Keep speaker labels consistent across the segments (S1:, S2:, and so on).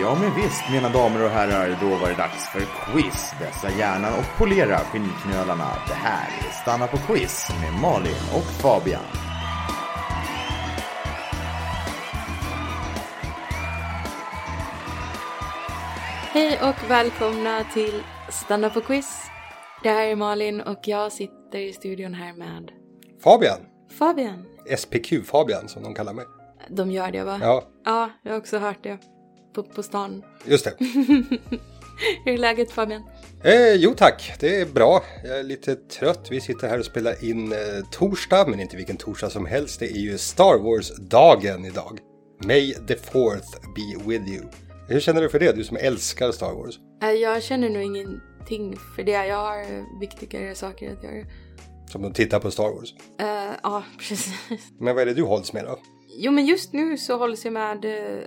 S1: Ja, men visst, mina damer och herrar, då var det dags för quiz. Vässa hjärnan och polera skinnknölarna. Det här är Stanna på quiz med Malin och Fabian.
S2: Hej och välkomna till Stanna på quiz. Det här är Malin och jag sitter i studion här med
S3: Fabian!
S2: Fabian.
S3: SPQ-Fabian som de kallar mig.
S2: De gör det va?
S3: Ja,
S2: Ja, jag har också hört det. På, på stan.
S3: just det.
S2: Hur är läget Fabian?
S3: Eh, jo tack, det är bra. Jag är lite trött. Vi sitter här och spelar in eh, torsdag, men inte vilken torsdag som helst. Det är ju Star Wars-dagen idag. May the fourth be with you. Hur känner du för det, du som älskar Star Wars?
S2: Eh, Jag känner nog ingenting för det. Jag har viktigare saker att göra.
S3: Som de tittar på Star Wars.
S2: Eh, ja, precis.
S3: Men vad är det du hålls med då?
S2: Jo, men just nu så hålls jag med eh,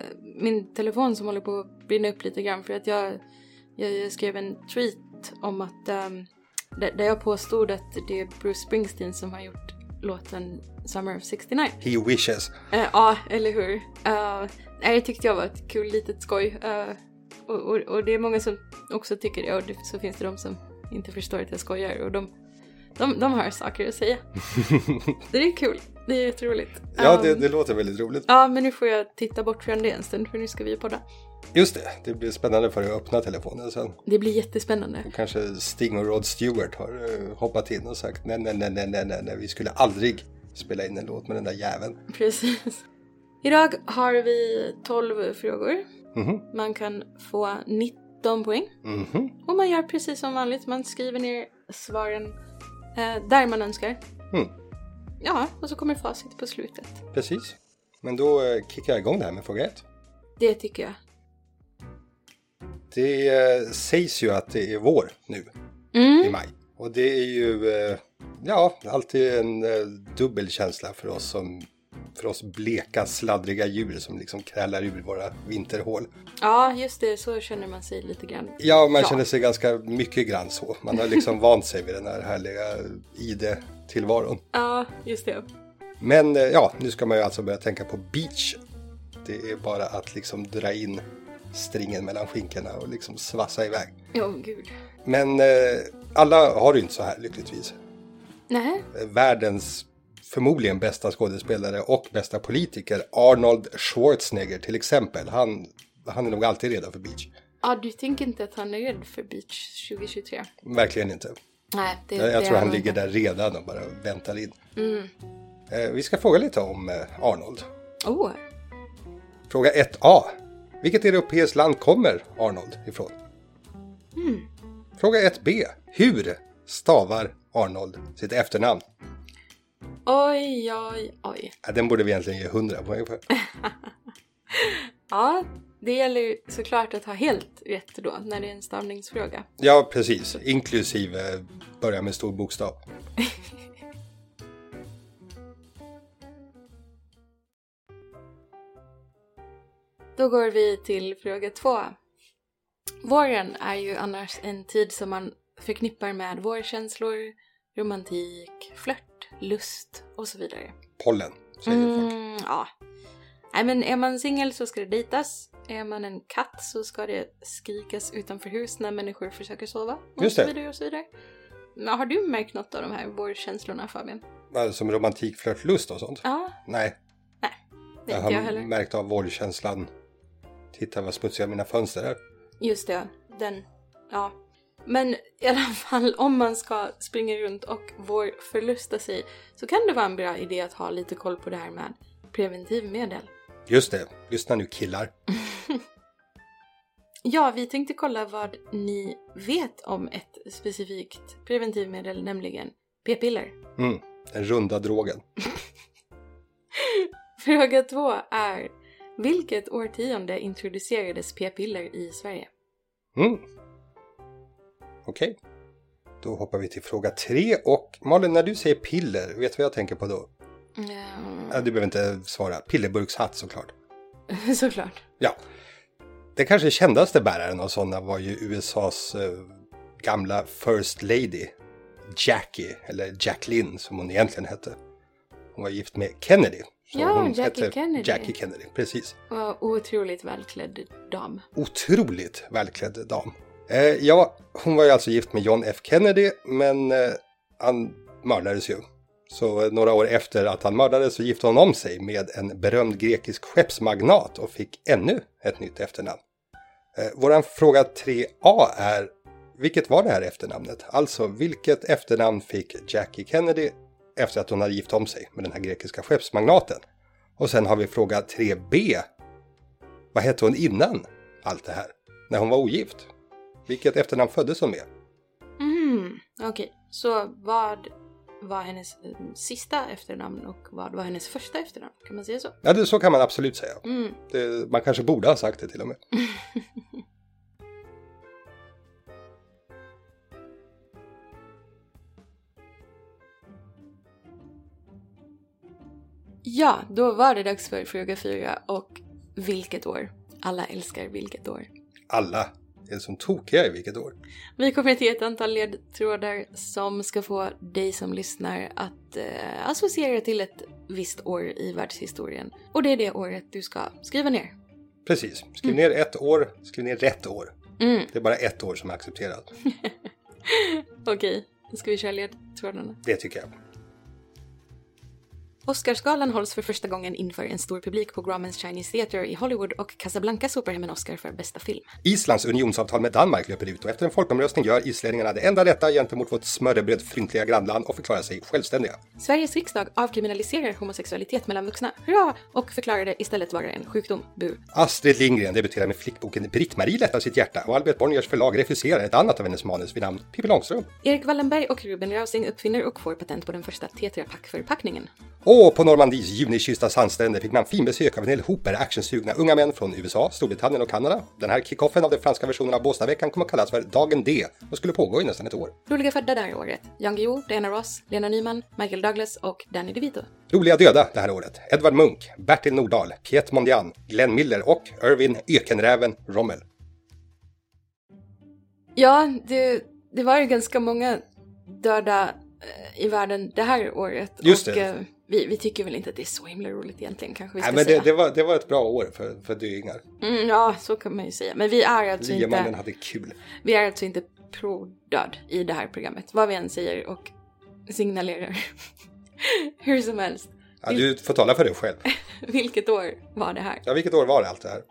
S2: min telefon som håller på att brinna upp lite grann för att jag, jag, jag skrev en tweet om att ehm, där, där jag påstod att det är Bruce Springsteen som har gjort låten Summer of 69.
S3: He wishes.
S2: Eh, ja, eller hur? Eh, nej, det tyckte jag var ett kul litet skoj. Eh, och, och, och det är många som också tycker det och det, så finns det de som inte förstår att jag skojar och de, de, de har saker att säga. det är kul. Det är jätteroligt.
S3: Ja, det,
S2: Ehm,
S3: det låter väldigt roligt.
S2: Ja, men nu får jag titta bort från det en stund för nu ska vi podda.
S3: Just det, det blir spännande för dig att öppna telefonen sen.
S2: Det blir jättespännande.
S3: Kanske Sting och Rod Stewart har eh, hoppat in och sagt nej, nej, nej, nej, nej, nej, nej, vi skulle aldrig spela in en låt med den där jäveln.
S2: Precis. Idag har vi 12 frågor.
S3: Mhm,
S2: Man kan få 19 poäng.
S3: mhm,
S2: Och man gör precis som vanligt. Man skriver ner svaren eh, där man önskar.
S3: mm,
S2: Ja, och så kommer facit på slutet.
S3: precis. Men då eh, kickar jag igång det här med fråga ett.
S2: Det tycker jag.
S3: Det eh, sägs ju att det är vår nu
S2: Mm.
S3: i maj och det är ju eh, ja, alltid en eh, dubbel känsla för oss som för oss bleka sladdriga djur som liksom krälar ur våra vinterhål.
S2: Ja, just det. Så känner man sig lite grann.
S3: Ja, man
S2: Ja.
S3: känner sig ganska mycket grann så. Man har liksom vant sig vid den här härliga ID-tillvaron.
S2: Ja, just det.
S3: Men eh, ja, nu ska man ju alltså börja tänka på beach. Det är bara att liksom dra in stringen mellan skinkorna och liksom svassa iväg.
S2: Åh, gud.
S3: Men eh, alla har det ju inte så här lyckligtvis.
S2: Nej.
S3: Eh, Världens förmodligen bästa skådespelare och bästa politiker, Arnold Schwarzenegger till exempel, han, han är nog alltid redo för beach.
S2: Ja, du tänker inte att han är rädd för Beach 2023?
S3: Verkligen inte.
S2: Nej, det,
S3: Jag, jag
S2: det
S3: tror
S2: är
S3: han
S2: nog
S3: ligger
S2: inte. Mm.
S3: där redan och bara väntar in. Eh, vi ska fråga lite om eh, Arnold.
S2: Åh,
S3: Fråga 1A. Vilket europeiskt land kommer Arnold ifrån?
S2: Hmm.
S3: Fråga 1B. Hur stavar Arnold sitt efternamn?
S2: oj, oj, oj.
S3: Ja, den borde vi egentligen ge 100 poäng för.
S2: Ja, det gäller ju såklart att ha helt rätt då när det är en stavningsfråga.
S3: Ja, precis. Inklusive eh, börja med stor bokstav.
S2: Då går vi till fråga två. Våren är ju annars en tid som man förknippar med vårkänslor, romantik, flört, lust och så vidare.
S3: Pollen, säger folk.
S2: Mm, ja. Nej men är man singel så ska det dejtas. Är man en katt så ska det skrikas utanför hus när människor försöker sova. Och
S3: Just
S2: så
S3: det.
S2: vidare och så vidare. Men har du märkt något av de här vårkänslorna Fabian?
S3: Alltså, Som romantik, flört, lust och sånt.
S2: Ja,
S3: Nej,
S2: det
S3: jag
S2: inte jag heller.
S3: har märkt av vårkänslan. Titta vad smutsiga mina fönster är.
S2: Just det, den. Ja. Men i alla fall om man ska springa runt och vår förlusta sig så kan det vara en bra idé att ha lite koll på det här med preventivmedel.
S3: Just det, lyssna nu killar.
S2: Ja, vi tänkte kolla vad ni vet om ett specifikt preventivmedel, nämligen p-piller.
S3: Mm, den runda drogen.
S2: Fråga två är vilket årtionde introducerades p-piller i Sverige?
S3: Mm. Okej. Då hoppar vi till fråga tre och Malin, när du säger piller, vet du vad jag tänker på då?
S2: Ehm,
S3: Ja, du behöver inte svara. Pillerburkshatt såklart.
S2: såklart.
S3: Ja. Den kanske kändaste bäraren av sådana var ju USAs eh, gamla First Lady, Jackie, eller Jacqueline som hon egentligen hette. Hon var gift med Kennedy Så
S2: Ja,
S3: hon
S2: Jackie
S3: hette
S2: Kennedy.
S3: Jackie Kennedy, precis.
S2: Och otroligt välklädd dam.
S3: Otroligt välklädd dam. Eh, ja, hon var ju alltså gift med John F Kennedy, men eh, han mördades ju. Så eh, några år efter att han mördades så gifte hon om sig med en berömd grekisk skeppsmagnat och fick ännu ett nytt efternamn. Eh, våran fråga 3A är, vilket var det här efternamnet? Alltså, vilket efternamn fick Jackie Kennedy efter att hon hade gift om sig med den här grekiska skeppsmagnaten? Och sen har vi fråga 3B. Vad hette hon innan allt det här? När hon var ogift? Vilket efternamn föddes hon med?
S2: Mm, okej. Så vad var hennes eh, sista efternamn och vad var hennes första efternamn? Kan man säga så?
S3: Ja, det, så kan man absolut säga.
S2: Mm.
S3: Det, man kanske borde ha sagt det till och med.
S2: Ja, då var det dags för fråga fyra och vilket år? Alla älskar vilket år.
S3: Alla är som tokiga i vilket år.
S2: Vi kommer att ge ett antal ledtrådar som ska få dig som lyssnar att eh, associera till ett visst år i världshistorien. Och det är det året du ska skriva ner.
S3: Precis. Skriv ner ett år, skriv ner rätt år.
S2: Mm,
S3: Det är bara ett år som är accepterat.
S2: okej. Då ska vi köra ledtrådarna.
S3: Det tycker jag.
S2: Oscarsgalan hålls för första gången inför en stor publik på Grauman's Chinese Theatre i Hollywood och Casablanca sopar hem en Oscar för bästa film.
S3: Islands unionsavtal med Danmark löper ut och efter en folkomröstning gör islänningarna det enda rätta gentemot vårt smörrebröd fryntliga grannland och förklarar sig självständiga.
S2: Sveriges riksdag avkriminaliserar homosexualitet mellan vuxna, hurra! Och förklarar det istället vara en sjukdom, bu.
S3: Astrid Lindgren debuterar med flickboken Britt-Marie lättar sitt hjärta och Albert Bonniers förlag refuserar ett annat av hennes manus vid namn Pippi Långstrump.
S2: Erik Wallenberg och Ruben Rausing uppfinner och får patent på den första Tetra Pak-förpackningen.
S3: Och på Normandies junikysta sandstränder fick man fin besök av en hel hoper actionsugna unga män från USA, Storbritannien och Kanada. Den här kickoffen av den franska versionen av Båstadveckan kommer att kallas för Dagen D och skulle pågå i nästan ett år.
S2: Roliga födda det här året. Jan Guillou, Diana Ross, Lena Nyman, Michael Douglas och Danny DeVito.
S3: Roliga döda det här året. Edvard Munch, Bertil Nordahl, Piet Mondian, Glenn Miller och Irvin Ökenräven Rommel.
S2: Ja, det, det var ju ganska många döda eh, i världen det här året.
S3: Just
S2: och,
S3: det.
S2: eh, Vi, vi tycker väl inte att det är så himla roligt egentligen kanske vi ska
S3: Nej, men det,
S2: säga.
S3: det, var, det var ett bra år för, för döingar.
S2: Mm, ja, så kan man ju säga. Men vi är alltså,
S3: Liemannen
S2: inte,
S3: hade kul.
S2: vi är alltså inte pro-död i det här programmet. Vad vi än säger och signalerar. Hur som helst.
S3: Ja, du får tala för dig själv.
S2: Vilket år var det här?
S3: Ja, vilket år var det allt det här?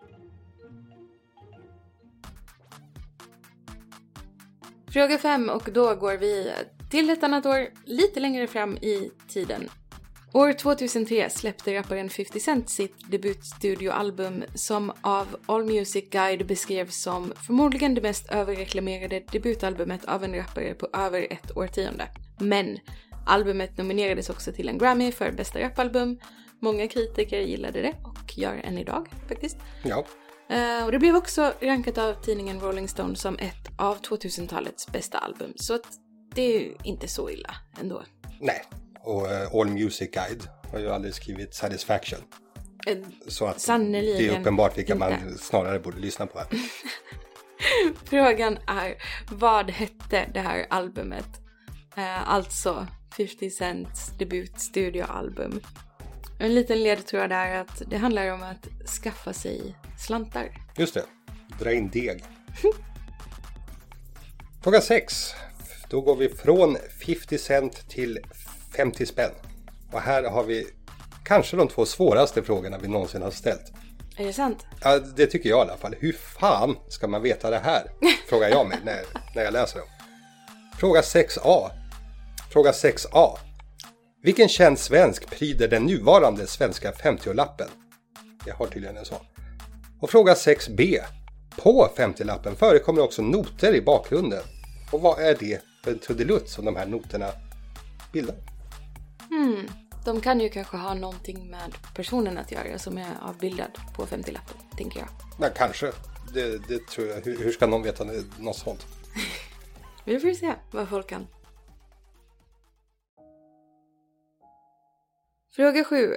S2: Fråga fem och då går vi till ett annat år lite längre fram i tiden. År 2003 släppte rapparen 50 Cent sitt debutstudioalbum som av All Music Guide beskrevs som förmodligen det mest överreklamerade debutalbumet av en rappare på över ett årtionde. Men albumet nominerades också till en Grammy för bästa rapalbum. Många kritiker gillade det och gör än idag faktiskt.
S3: Ja,
S2: Eh, och det blev också rankat av tidningen Rolling Stone som ett av 2000-talets bästa album. Så att det är ju inte så illa ändå.
S3: nej. Och eh, All Music Guide har ju aldrig skrivit Satisfaction.
S2: Eh,
S3: Så att det
S2: Sannerligen
S3: är uppenbart vilka man
S2: inte.
S3: snarare borde lyssna på. Här.
S2: frågan är, vad hette det här albumet? Eh, alltså 50 Cents debutstudioalbum. En liten ledtråd är att det handlar om att skaffa sig slantar.
S3: Just det, dra in deg. Fråga 6. Då går vi från 50 cent till 50 spänn. Och här har vi kanske de två svåraste frågorna vi någonsin har ställt.
S2: Är det sant?
S3: Ja, det tycker jag i alla fall. Hur fan ska man veta det här? Frågar jag mig när, när jag läser dem. Fråga 6A. Fråga 6A. Vilken känd svensk pryder den nuvarande svenska 50-lappen? Jag har tydligen en sån. Och fråga 6B. På 50-lappen förekommer också noter i bakgrunden. Och vad är det för en trudelutt som de här noterna bildar?
S2: De kan ju kanske ha någonting med personen att göra som är avbildad på 50-lappen, tänker jag.
S3: Ja, kanske. Det, det tror jag. Hur, hur ska någon veta något sånt?
S2: Vi får se vad folk kan. Fråga sju.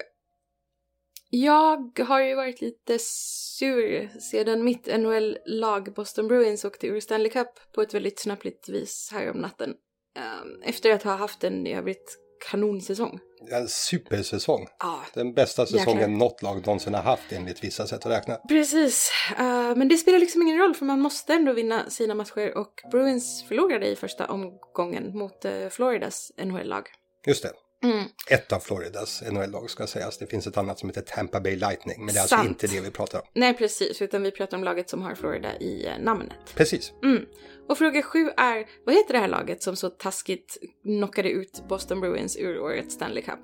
S2: Jag har ju varit lite sur sedan mitt NHL-lag Boston Bruins åkte ur Stanley Cup på ett väldigt snöpligt vis här om natten. Ehm, Efter att ha haft en i övrigt kanonsäsong.
S3: en supersäsong.
S2: Ja,
S3: Den bästa säsongen
S2: Jäklar.
S3: något lag någonsin har haft enligt vissa sätt att räkna.
S2: precis. Eh, men det spelar liksom ingen roll för man måste ändå vinna sina matcher och Bruins förlorade i första omgången mot eh, Floridas NHL-lag.
S3: Just det.
S2: Mm.
S3: Ett av Floridas NHL-lag ska sägas. Det finns ett annat som heter Tampa Bay Lightning, men det är
S2: Sant.
S3: alltså inte det vi pratar om.
S2: Nej, precis, utan vi pratar om laget som har Florida i eh, namnet.
S3: Precis.
S2: Mm. Och fråga sju är, vad heter det här laget som så taskigt knockade ut Boston Bruins ur årets Stanley Cup?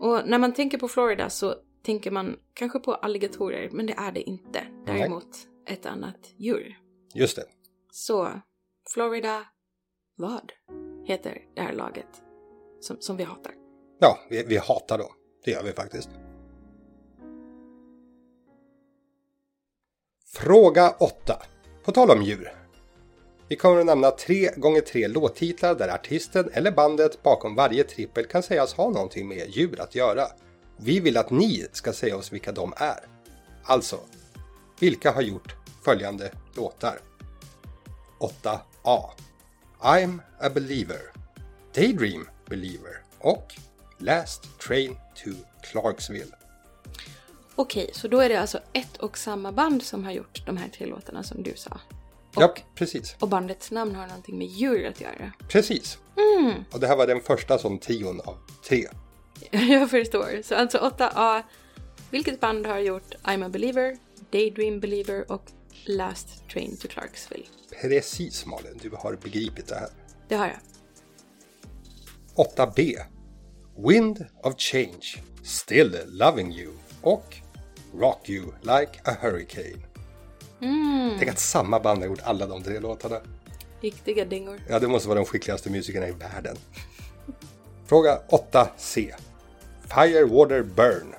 S2: Och när man tänker på Florida så tänker man kanske på alligatorer, men det är det inte.
S3: Nej.
S2: Däremot ett annat djur.
S3: Just det.
S2: Så, Florida, vad heter det här laget som, som vi hatar?
S3: Ja, vi, vi hatar dem. Det gör vi faktiskt. Fråga 8. På tal om djur. Vi kommer att nämna 3 gånger 3 låttitlar där artisten eller bandet bakom varje trippel kan sägas ha någonting med djur att göra. Vi vill att ni ska säga oss vilka de är. Alltså, vilka har gjort följande låtar? 8A. I'm a believer. Daydream Believer och Last Train to Clarksville.
S2: Okej, så då är det alltså ett och samma band som har gjort de här tre låtarna som du sa. Och,
S3: Ja, precis.
S2: och bandets namn har någonting med djur att göra.
S3: Precis. Och det här var den första som tion av tre.
S2: Jag förstår. Så alltså 8A. Vilket band har gjort I'm a believer, Daydream believer och Last Train to Clarksville?
S3: Precis Malin, du har begripit det här.
S2: Det har jag.
S3: 8B. Wind of Change, Still Loving You och Rock You Like a Hurricane. Tänk att samma band har gjort alla de tre låtarna.
S2: Riktiga dingor.
S3: Ja, det måste vara de skickligaste musikerna i världen. Fråga 8C. Firewater Burn.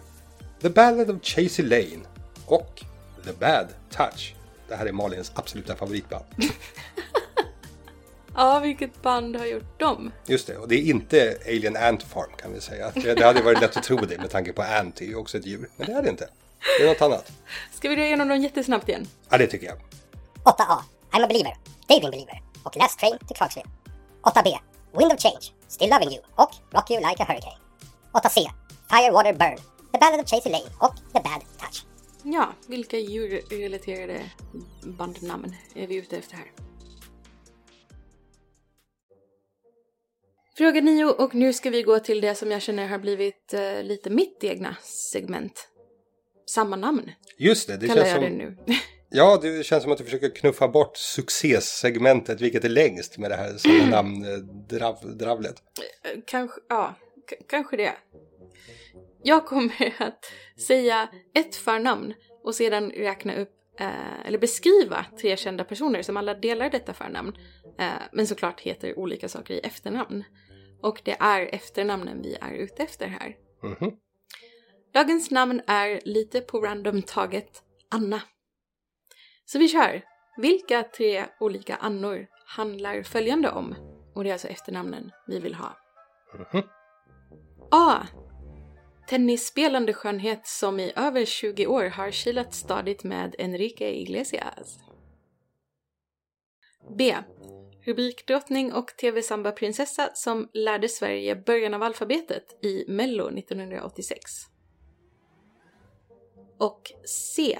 S3: The Ballad of Chasey Lane. Och The Bad Touch. Det här är Malins absoluta favoritband.
S2: Ja, vilket band har gjort dem?
S3: Just det, och det är inte Alien Ant Farm kan vi säga. Det, det hade varit lätt att tro det med tanke på Ant, det är ju också ett djur. Men det är det inte. Det är något annat.
S2: Ska vi dra igenom dem jättesnabbt igen?
S3: Ja, det tycker jag.
S4: 8A. I'm a believer. Daydream believer. Och Last Train to Clarksville. 8B. Wind of Change. Still Loving You. Och Rock You Like a Hurricane. 8C. Fire, Water, Burn. The Ballad of Chasey Lane. Och The Bad Touch.
S2: Ja, vilka djurrelaterade bandnamn är vi ute efter här? Fråga nio och nu ska vi gå till det som jag känner har blivit eh, lite mitt egna segment. Samma namn
S3: Just det, det
S2: kallar
S3: känns
S2: jag det
S3: som,
S2: nu.
S3: ja, det känns som att du försöker knuffa bort succéssegmentet, vilket är längst med det här som eh, namndravlet.
S2: kanske, ja, k- kanske det. Jag kommer att säga ett förnamn och sedan räkna upp, eh, eller beskriva tre kända personer som alla delar detta förnamn, eh, men såklart heter olika saker i efternamn. Och det är efternamnen vi är ute efter här.
S3: Mhm.
S2: Dagens namn är lite på random taget Anna. Så vi kör! Vilka tre olika Annor handlar följande om? Och det är alltså efternamnen vi vill ha.
S3: Mhm.
S2: A. Tennisspelande skönhet som i över 20 år har kilat stadigt med Enrique Iglesias. B. Rubrikdrottning och TV-samba-prinsessa som lärde Sverige början av alfabetet i Mello 1986. Och C.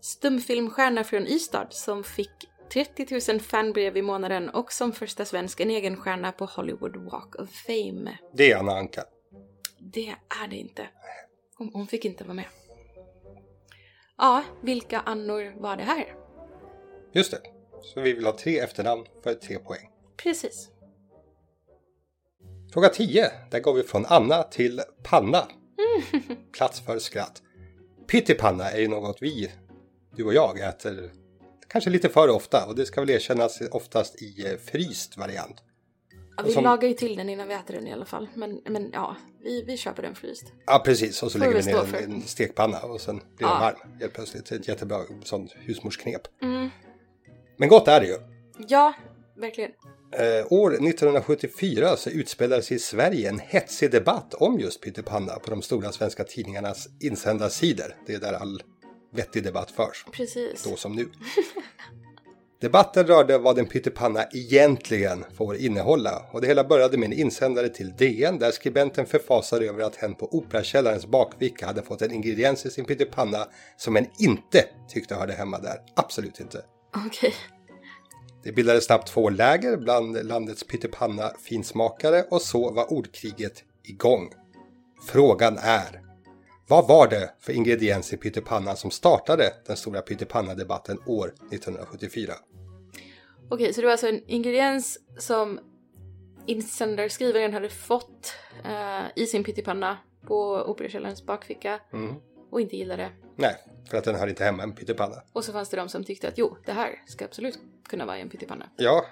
S2: Stumfilmstjärna från Ystad som fick 30 000 fanbrev i månaden och som första svensk en egen stjärna på Hollywood Walk of Fame.
S3: Det är Anna Anka.
S2: Det är det inte. Hon, hon fick inte vara med. Ja, vilka annor var det här?
S3: Just det. Så vi vill ha tre efternamn för tre poäng.
S2: Precis.
S3: Fråga 10. Där går vi från Anna till Panna. Plats för skratt. Pyttipanna är ju något vi, du och jag, äter kanske lite för ofta och det ska väl erkännas oftast i eh, fryst variant.
S2: Ja, vi
S3: Som-
S2: lagar ju till den innan vi äter den i alla fall. Men, men ja, vi, vi köper den fryst.
S3: Ja precis, och så
S2: Får
S3: lägger vi
S2: vi stå
S3: ner
S2: för.
S3: den i en stekpanna och sen blir
S2: Ja.
S3: den varm helt plötsligt. Det är Ett jättebra sånt husmorsknep.
S2: Mm.
S3: Men gott är det ju.
S2: Ja, verkligen.
S3: Eh, år 1974 så utspelades i Sverige en hetsig debatt om just pyttipanna på de stora svenska tidningarnas insändarsidor. Det är där all vettig debatt förs,
S2: Precis.
S3: då som nu. Debatten rörde vad en pyttipanna egentligen får innehålla och det hela började med en insändare till DN där skribenten förfasade över att hen på Operakällarens bakficka hade fått en ingrediens i sin pyttipanna som hen inte tyckte hörde hemma där. Absolut inte.
S2: Okej.
S3: Det bildades snabbt två läger bland landets pyttipanna finsmakare och så var ordkriget igång. Frågan är, vad var det för ingrediens i pyttipanna som startade den stora pyttipanna-debatten år 1974?
S2: Okej, så det var alltså en ingrediens som insändarskrivaren hade fått eh, i sin pyttipanna på Operakällarens bakficka och inte gillade.
S3: Mm. Nej, för att den hör inte hemma i en pyttipanna.
S2: Och så fanns det de som tyckte att jo, det här ska absolut kunna vara i en pyttipanna.
S3: Ja,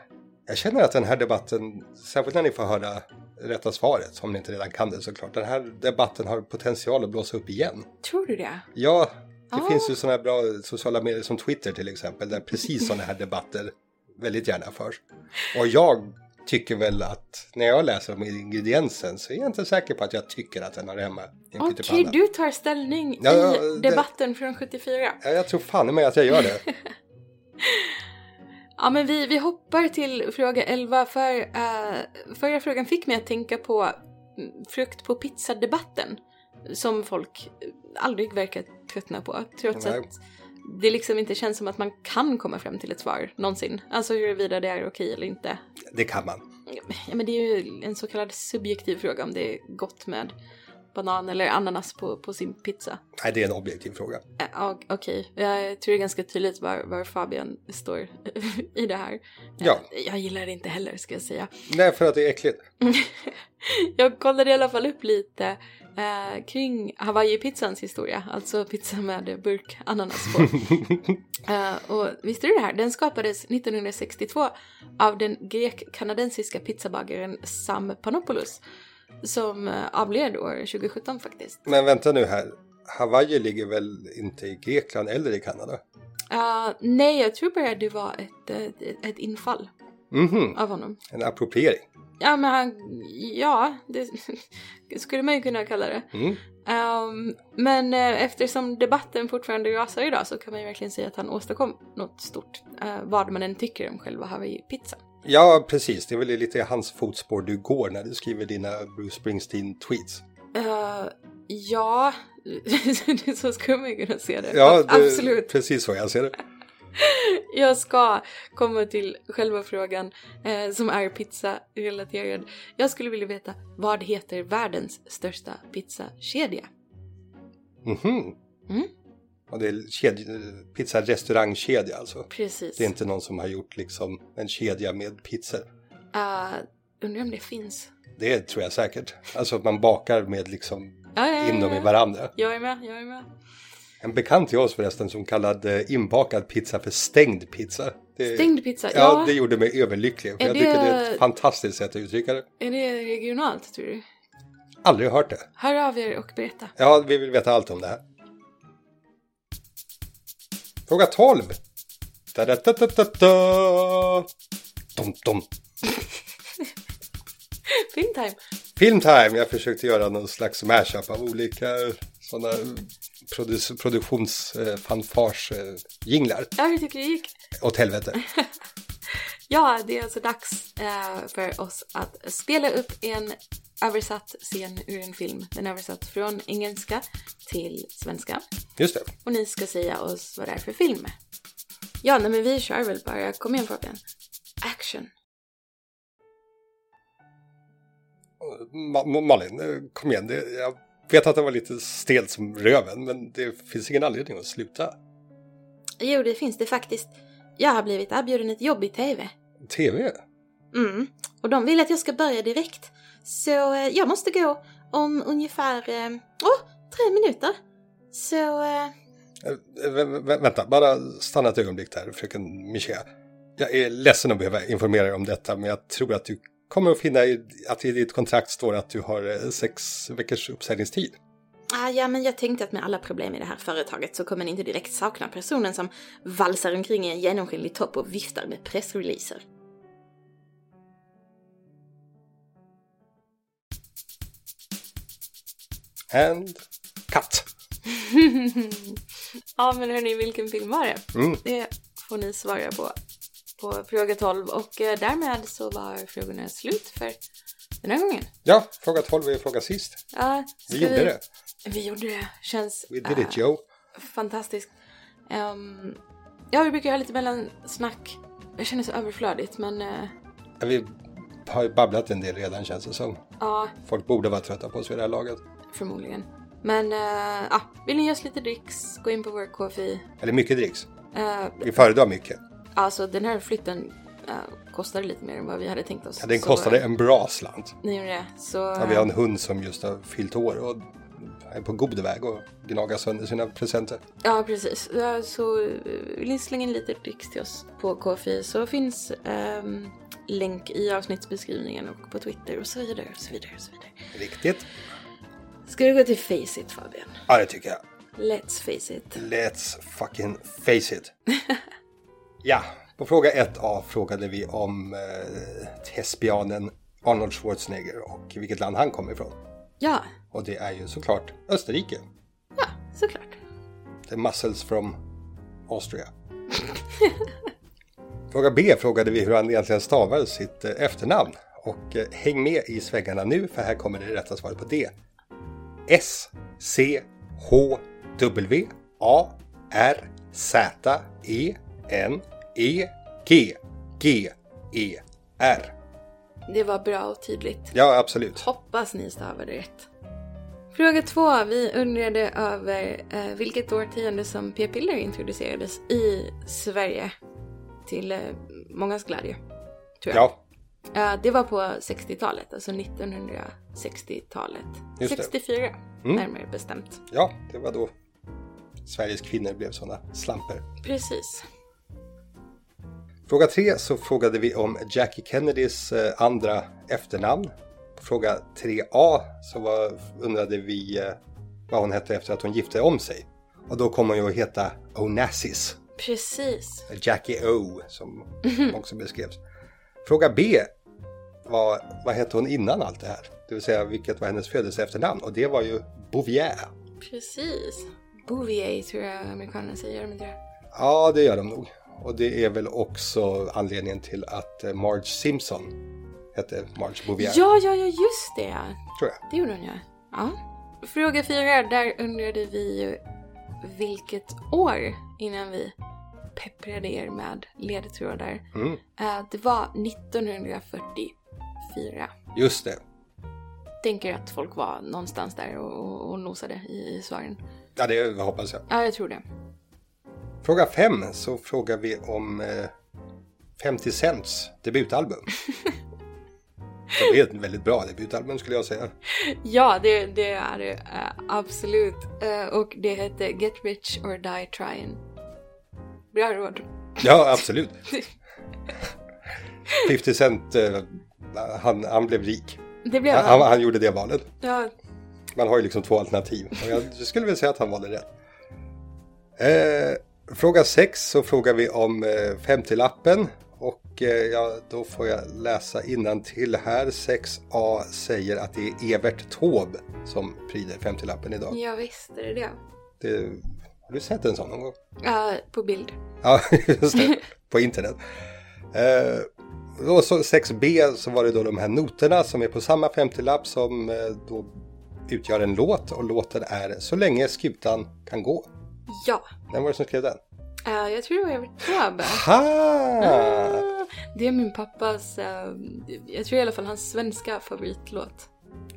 S3: jag känner att den här debatten, särskilt när ni får höra rätta svaret, om ni inte redan kan det såklart, den här debatten har potential att blåsa upp igen.
S2: Tror du det?
S3: Ja, det
S2: Ah.
S3: finns ju sådana här bra sociala medier som Twitter till exempel, där precis sådana här debatter väldigt gärna förs. Och jag tycker väl att när jag läser om ingrediensen så är jag inte säker på att jag tycker att den har hemma i en
S2: Okej,
S3: pyttipanna.
S2: du tar ställning
S3: typ Ja, ja,
S2: i
S3: det-
S2: debatten från 74.
S3: Ja, jag tror fan i mig att jag gör det.
S2: Ja, men vi, vi hoppar till fråga 11 för eh, förra frågan fick mig att tänka på mm, frukt på pizza-debatten som folk eh, aldrig verkar tröttna på trots
S3: Nej.
S2: att det liksom inte känns som att man kan komma fram till ett svar någonsin. Alltså huruvida det är okej eller inte.
S3: Det kan man.
S2: Ja, men det är ju en så kallad subjektiv fråga om det är gott med banan eller ananas på, på sin pizza.
S3: Nej, det är en objektiv fråga.
S2: Eh, Ja, okej. Jag tror det är ganska tydligt var, var Fabian står i det här.
S3: Ja.
S2: Eh, Jag gillar det inte heller, ska jag säga.
S3: Nej, för att det är äckligt.
S2: Jag kollade i alla fall upp lite eh, kring Hawaii-pizzans historia, alltså pizza med burk ananas på. eh, och visste du det här? Den skapades 1962 av den grek-kanadensiska pizzabagaren Sam Panopoulos som eh, avled år 2017 faktiskt.
S3: Men vänta nu här. Hawaii ligger väl inte i Grekland eller i Kanada?
S2: Eh, nej, jag tror bara det var ett, eh, ett, ett infall
S3: Mhm,
S2: av honom.
S3: en appropriering.
S2: Ja, men han... Ja, det skulle man ju kunna kalla det.
S3: Mm.
S2: Ehm, men eh, eftersom debatten fortfarande rasar idag så kan man ju verkligen säga att han åstadkom något stort. eh, vad man än tycker om själva Hawaii-pizzan.
S3: Ja, precis. Det är väl lite i hans fotspår du går när du skriver dina Bruce Springsteen-tweets.
S2: Eh, ja, så skulle man ju kunna se det.
S3: Ja, det,
S2: Absolut.
S3: precis så jag ser det.
S2: Jag ska komma till själva frågan eh, som är pizza-relaterad. Jag skulle vilja veta vad heter världens största pizzakedja?
S3: Mhm.
S2: Mm.
S3: Och det är kedj- pizza-restaurangkedja alltså.
S2: Precis.
S3: Det är inte någon som har gjort liksom en kedja med pizzor.
S2: Eh, undrar om det finns?
S3: Det tror jag säkert. Alltså att man bakar med liksom
S2: Ja, ja, ja,
S3: in dem i
S2: ja.
S3: varandra.
S2: Jag är med, jag är med.
S3: En bekant till oss förresten som kallade inbakad pizza för stängd pizza. Det,
S2: Eh, Stängd pizza,
S3: Ja,
S2: ja.
S3: det gjorde mig överlycklig. För
S2: Är
S3: jag tycker det är
S2: det-
S3: ett fantastiskt sätt att uttrycka det.
S2: Är det regionalt tror du?
S3: Aldrig hört det.
S2: Hör av er och berätta.
S3: Ja, vi vill veta allt om det här. Fråga 12. Da-da-da-da-da-da. Dum, dum.
S2: Filmtime!
S3: Filmtime! Jag försökte göra någon slags mashup av olika sådana produ- produktionsfanfars-jinglar.
S2: Ja, hur tycker du det gick?
S3: Åt helvete.
S2: Ja, det är alltså dags eh, för oss att spela upp en översatt scen ur en film. Den är översatt från engelska till svenska.
S3: Just det.
S2: Och ni ska säga oss vad det är för film. Ja, nej men vi kör väl bara. Kom igen Fabian. Action!
S3: Ma- Ma- Malin, eh, kom igen. Det- Jag vet att det var lite stelt som röven, men det finns ingen anledning att sluta.
S2: Jo, det finns det faktiskt. Jag har blivit erbjuden ett jobb i TV.
S3: TV?
S2: Mm. Och de vill att jag ska börja direkt. Så eh, jag måste gå om ungefär, eh, åh, tre minuter. Så, eh,
S3: Eh, vä- vä- Vänta, bara stanna ett ögonblick där, fröken Michea. Jag är ledsen att behöva informera dig om detta, men jag tror att du kommer att finna i- att i ditt kontrakt står att du har eh, sex veckors uppsägningstid.
S2: ah, ja men jag tänkte att med alla problem i det här företaget så kommer ni inte direkt sakna personen som valsar omkring i en genomskinlig topp och viftar med pressreleaser.
S3: And cut!
S2: ja men hörni, vilken film var det?
S3: Mm.
S2: Det får ni svara på på fråga 12 och eh, därmed så var frågorna slut för den här gången.
S3: Ja, fråga 12 är fråga sist.
S2: Ja,
S3: Vi
S2: ska
S3: gjorde det.
S2: Vi gjorde det. Känns
S3: We did
S2: eh,
S3: it Joe.
S2: fantastiskt. Ehm, ja, vi brukar ha lite mellansnack. Jag känner så överflödigt men eh,
S3: Ja, Vi har ju babblat en del redan känns det som.
S2: ja,
S3: Folk borde vara trötta på oss vid det här laget.
S2: förmodligen. Men eh, ja, vill ni ge oss lite dricks, gå in på vår KFI.
S3: Eller mycket dricks.
S2: Eh,
S3: Vi föredrar mycket.
S2: alltså den här flytten eh, kostade lite mer än vad vi hade tänkt oss.
S3: Ja, den
S2: Så,
S3: kostade en bra slant.
S2: Ni gjorde det. Så,
S3: Ja, vi har en hund som just har fyllt år och är på god väg att gnaga sönder sina presenter.
S2: Ja, precis. Ja, Så eh, vill ni slänga in lite dricks till oss på KFI så finns ehm, länk i avsnittsbeskrivningen och på Twitter och så vidare och så vidare och så vidare.
S3: Riktigt.
S2: Ska du gå till Faceit Fabian?
S3: Ja, det tycker jag.
S2: Let's face it.
S3: Let's fucking face it. ja, på fråga 1A frågade vi om eh, thespianen Arnold Schwarzenegger och vilket land han kommer ifrån.
S2: Ja,
S3: Och det är ju såklart Österrike.
S2: ja, såklart.
S3: The muscles from Austria. Fråga B frågade vi hur han egentligen stavar sitt eh, efternamn. Och eh, häng med i svängarna nu för här kommer det rätta svaret på D. S C H W A R Z E N E G G E R.
S2: Det var bra och tydligt.
S3: Ja, absolut.
S2: Hoppas ni stavade rätt. Fråga två. Vi undrade över eh, vilket årtionde som p-piller introducerades i Sverige. Till eh, mångas glädje. Tror jag.
S3: Ja,
S2: Eh, det var på 60-talet, alltså 1960-talet.
S3: Just det.
S2: 64
S3: Mm.
S2: närmare bestämt.
S3: ja, det var då Sveriges kvinnor blev sådana slampor.
S2: Precis.
S3: Fråga tre så frågade vi om Jackie Kennedys eh, andra efternamn. På Fråga 3A så var, undrade vi eh, vad hon hette efter att hon gifte om sig. Och då kommer hon ju att heta Onassis,
S2: Precis.
S3: Jackie O som också beskrevs. Fråga B var vad hette hon innan allt det här? Det vill säga vilket var hennes födelseefternamn och det var ju Bouvier.
S2: Precis. Bouvier tror jag amerikanerna säger, gör de inte det?
S3: Ja, det gör de nog. Och det är väl också anledningen till att eh, Marge Simpson hette Marge Bouvier.
S2: Ja, ja, ja, just det ja.
S3: tror jag.
S2: Det gjorde hon ja. ja. Fråga fyra, där undrade vi ju vilket år innan vi pepprade er med ledtrådar.
S3: Mm.
S2: Eh, Det var 1944.
S3: Just det.
S2: Tänker att folk var någonstans där och, och, och nosade i, i svaren.
S3: Ja, det hoppas jag.
S2: Ja, jag tror det.
S3: Fråga 5 så frågar vi om eh, 50 Cents debutalbum. det är ett väldigt bra debutalbum skulle jag säga.
S2: Ja, det, det är det eh, absolut. Eh, Och det hette Get Rich or Die Trying. Bra råd.
S3: Ja, absolut. 50 Cent, eh, han, han blev rik.
S2: Det blev
S3: Han, han gjorde det valet.
S2: Ja,
S3: Man har ju liksom två alternativ. Och jag skulle väl säga att han valde rätt. Eh, fråga 6 så frågar vi om eh, 50-lappen. Och eh, ja, då får jag läsa innan till här. 6A säger att det är Evert Taube som pryder 50-lappen idag.
S2: jag visste det. det.
S3: Det, har du sett en sån någon gång?
S2: Ja, på bild.
S3: Ja, just det. På internet. Eh, och så 6B så var det då de här noterna som är på samma 50-lapp som eh, då utgör en låt och låten är Så länge skutan kan gå.
S2: Ja,
S3: Vem var det som skrev den?
S2: Eh, jag tror det var Evert Taube.
S3: Ha!
S2: Ah, Det är min pappas, eh, jag tror i alla fall hans svenska favoritlåt.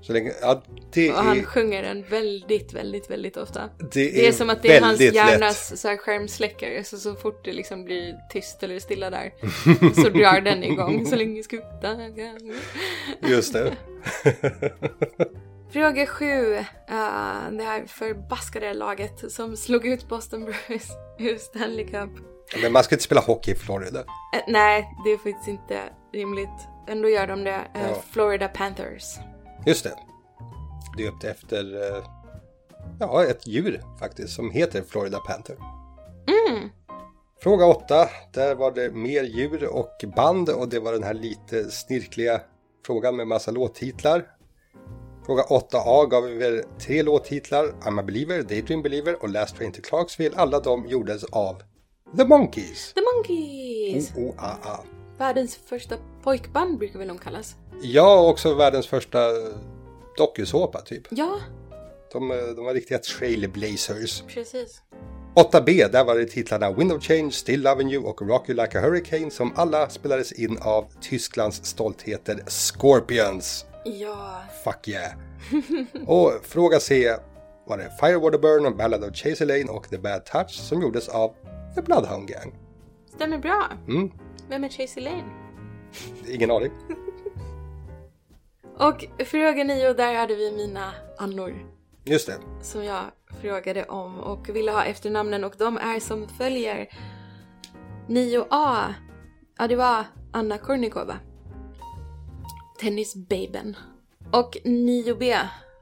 S3: Så länge, ja, det,
S2: Och han
S3: är,
S2: sjunger den väldigt, väldigt, väldigt ofta.
S3: det,
S2: Det är som att det är hans
S3: väldigt lätt.
S2: hjärnas så här skärmsläckare, så, så fort det liksom blir tyst eller stilla där så drar den igång så länge skutan kan.
S3: Just det.
S2: Fråga sju, eh, det här förbaskade laget som slog ut Boston Bruins ur Stanley Cup.
S3: Men man ska inte spela hockey i Florida.
S2: Eh, nej, det är faktiskt inte rimligt. Ändå gör de det. Eh,
S3: Ja.
S2: Florida Panthers.
S3: Just det. Döpt efter eh, ja, ett djur faktiskt som heter Florida Panther. Fråga 8. Där var det mer djur och band och det var den här lite snirkliga frågan med massa låttitlar. Fråga 8A gav vi er tre låttitlar. I'm a believer, Daydream believer och Last Train to Clarksville. Alla de gjordes av The Monkeys.
S2: The Monkeys!
S3: O-O-A-A.
S2: Världens första pojkband brukar väl de kallas?
S3: Ja, och också världens första dokusåpa typ.
S2: Ja,
S3: De, eh, de var riktiga trailblazers.
S2: precis.
S3: 8B, där var det titlarna Wind of Change, Still Loving You och Rock You Like a Hurricane som alla spelades in av Tysklands stoltheter Scorpions.
S2: Ja,
S3: Fuck yeah! och fråga C var det Firewater Burn och Ballad of Chase Lane och The Bad Touch som gjordes av The Bloodhound Gang.
S2: stämmer bra.
S3: Mm,
S2: Vem är Tracy Lane?
S3: ingen aning.
S2: Och fråga nio, där hade vi mina annor.
S3: Just det.
S2: som jag frågade om och ville ha efternamnen och de är som följer 9A. Ja, det var Anna Kornikova. Tennisbabyn. Och 9B,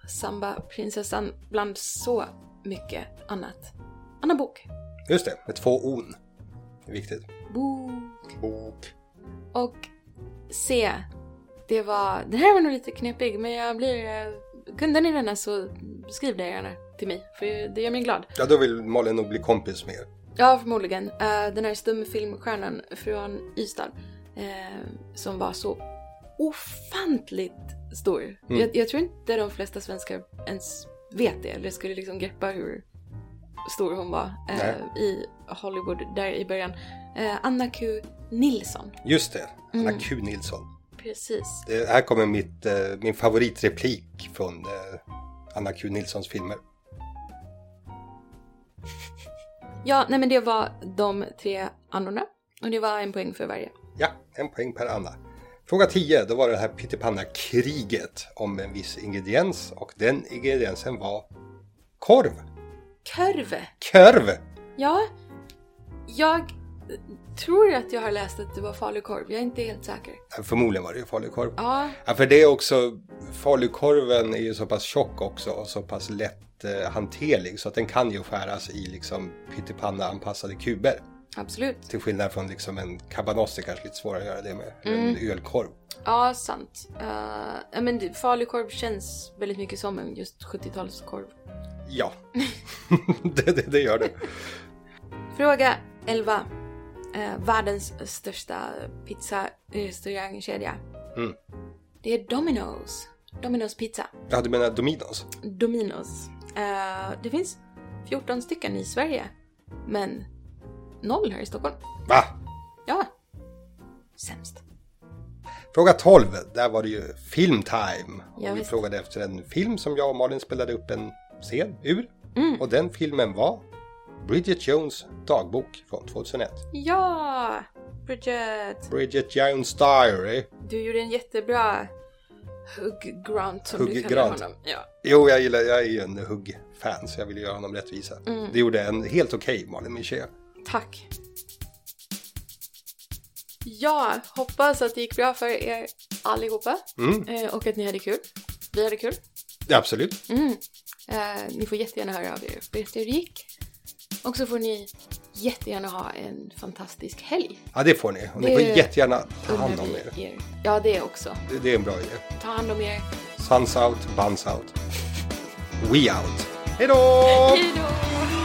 S2: Samba prinsessan bland så mycket annat. Anna Bok.
S3: Just det, med två on. Det är viktigt.
S2: Bok.
S3: Bok.
S2: Och C, det var... Den här var nog lite knepig men jag blir... eh, Kunde ni denna så skriv det gärna till mig för det gör mig glad.
S3: Ja, då vill Malin nog bli kompis med er.
S2: Ja, förmodligen. Eh, den här stumfilmstjärnan från Ystad. eh, som var så ofantligt stor. Jag, jag tror inte de flesta svenskar ens vet det. Eller skulle liksom greppa hur stor hon var eh,
S3: Nej.
S2: i Hollywood där i början. Eh, Anna Q Nilsson.
S3: Just det, Anna Q Nilsson.
S2: Precis.
S3: Det här kommer mitt, eh, min favoritreplik från eh, Anna Q Nilssons filmer.
S2: Ja, nej men det var de tre annorna. Och det var en poäng för varje.
S3: Ja, en poäng per Anna. Fråga 10, då var det här pyttipanna-kriget om en viss ingrediens och den ingrediensen var korv.
S2: Körve!
S3: Körv!
S2: Ja, jag tror att jag har läst att det var falukorv. Jag är inte helt säker.
S3: Ja, Förmodligen var det ju falukorv.
S2: Ja,
S3: Ja, för det är också, falukorven är ju så pass tjock också och så pass lätt eh, hanterlig så att den kan ju skäras i liksom pyttipanna-anpassade kuber.
S2: absolut.
S3: Till skillnad från liksom en cabanossi kanske lite svårare att göra det med, en ölkorv.
S2: Ja, sant. Eh, ja, men det- falukorv känns väldigt mycket som en just 70-talskorv.
S3: Ja, det, det, det gör det.
S2: Fråga 11. Eh, världens största pizzarestaurangkedja.
S3: Mm.
S2: Det är Domino's. Domino's pizza.
S3: Ja, du menar Dominos?
S2: Domino's. Eh, det finns 14 stycken i Sverige. Men noll här i Stockholm.
S3: Va?
S2: Ja. Sämst.
S3: Fråga 12, där var det ju filmtime. Och
S2: Ja,
S3: vi
S2: visst.
S3: frågade efter en film som jag och Malin spelade upp en scen ur.
S2: Mm.
S3: Och den filmen var Bridget Jones dagbok från 2001.
S2: Ja! Bridget!
S3: Bridget Jones diary.
S2: Du gjorde en jättebra Hugg Grant som
S3: Hugg
S2: du kallar
S3: Grant.
S2: honom. Ja.
S3: Jo, jag gillar, jag är ju en Hugg-fan så jag ville göra honom rättvisa.
S2: Mm.
S3: Det gjorde en helt okej Malin Miché.
S2: Tack. Ja, hoppas att det gick bra för er allihopa
S3: Mm.
S2: eh, och att ni hade kul. Vi hade kul.
S3: Ja, absolut.
S2: Mm. Eh, Ni får jättegärna höra av er och berätta hur det gick. Och så får ni jättegärna ha en fantastisk helg.
S3: Ja, det får ni. Och ni
S2: Det
S3: får jättegärna ta hand om
S2: undrar
S3: er.
S2: vi er. Ja, det också.
S3: Det, det är en bra idé.
S2: Ta hand om er.
S3: Suns out, buns out. We out. Hej då!
S2: Hej då!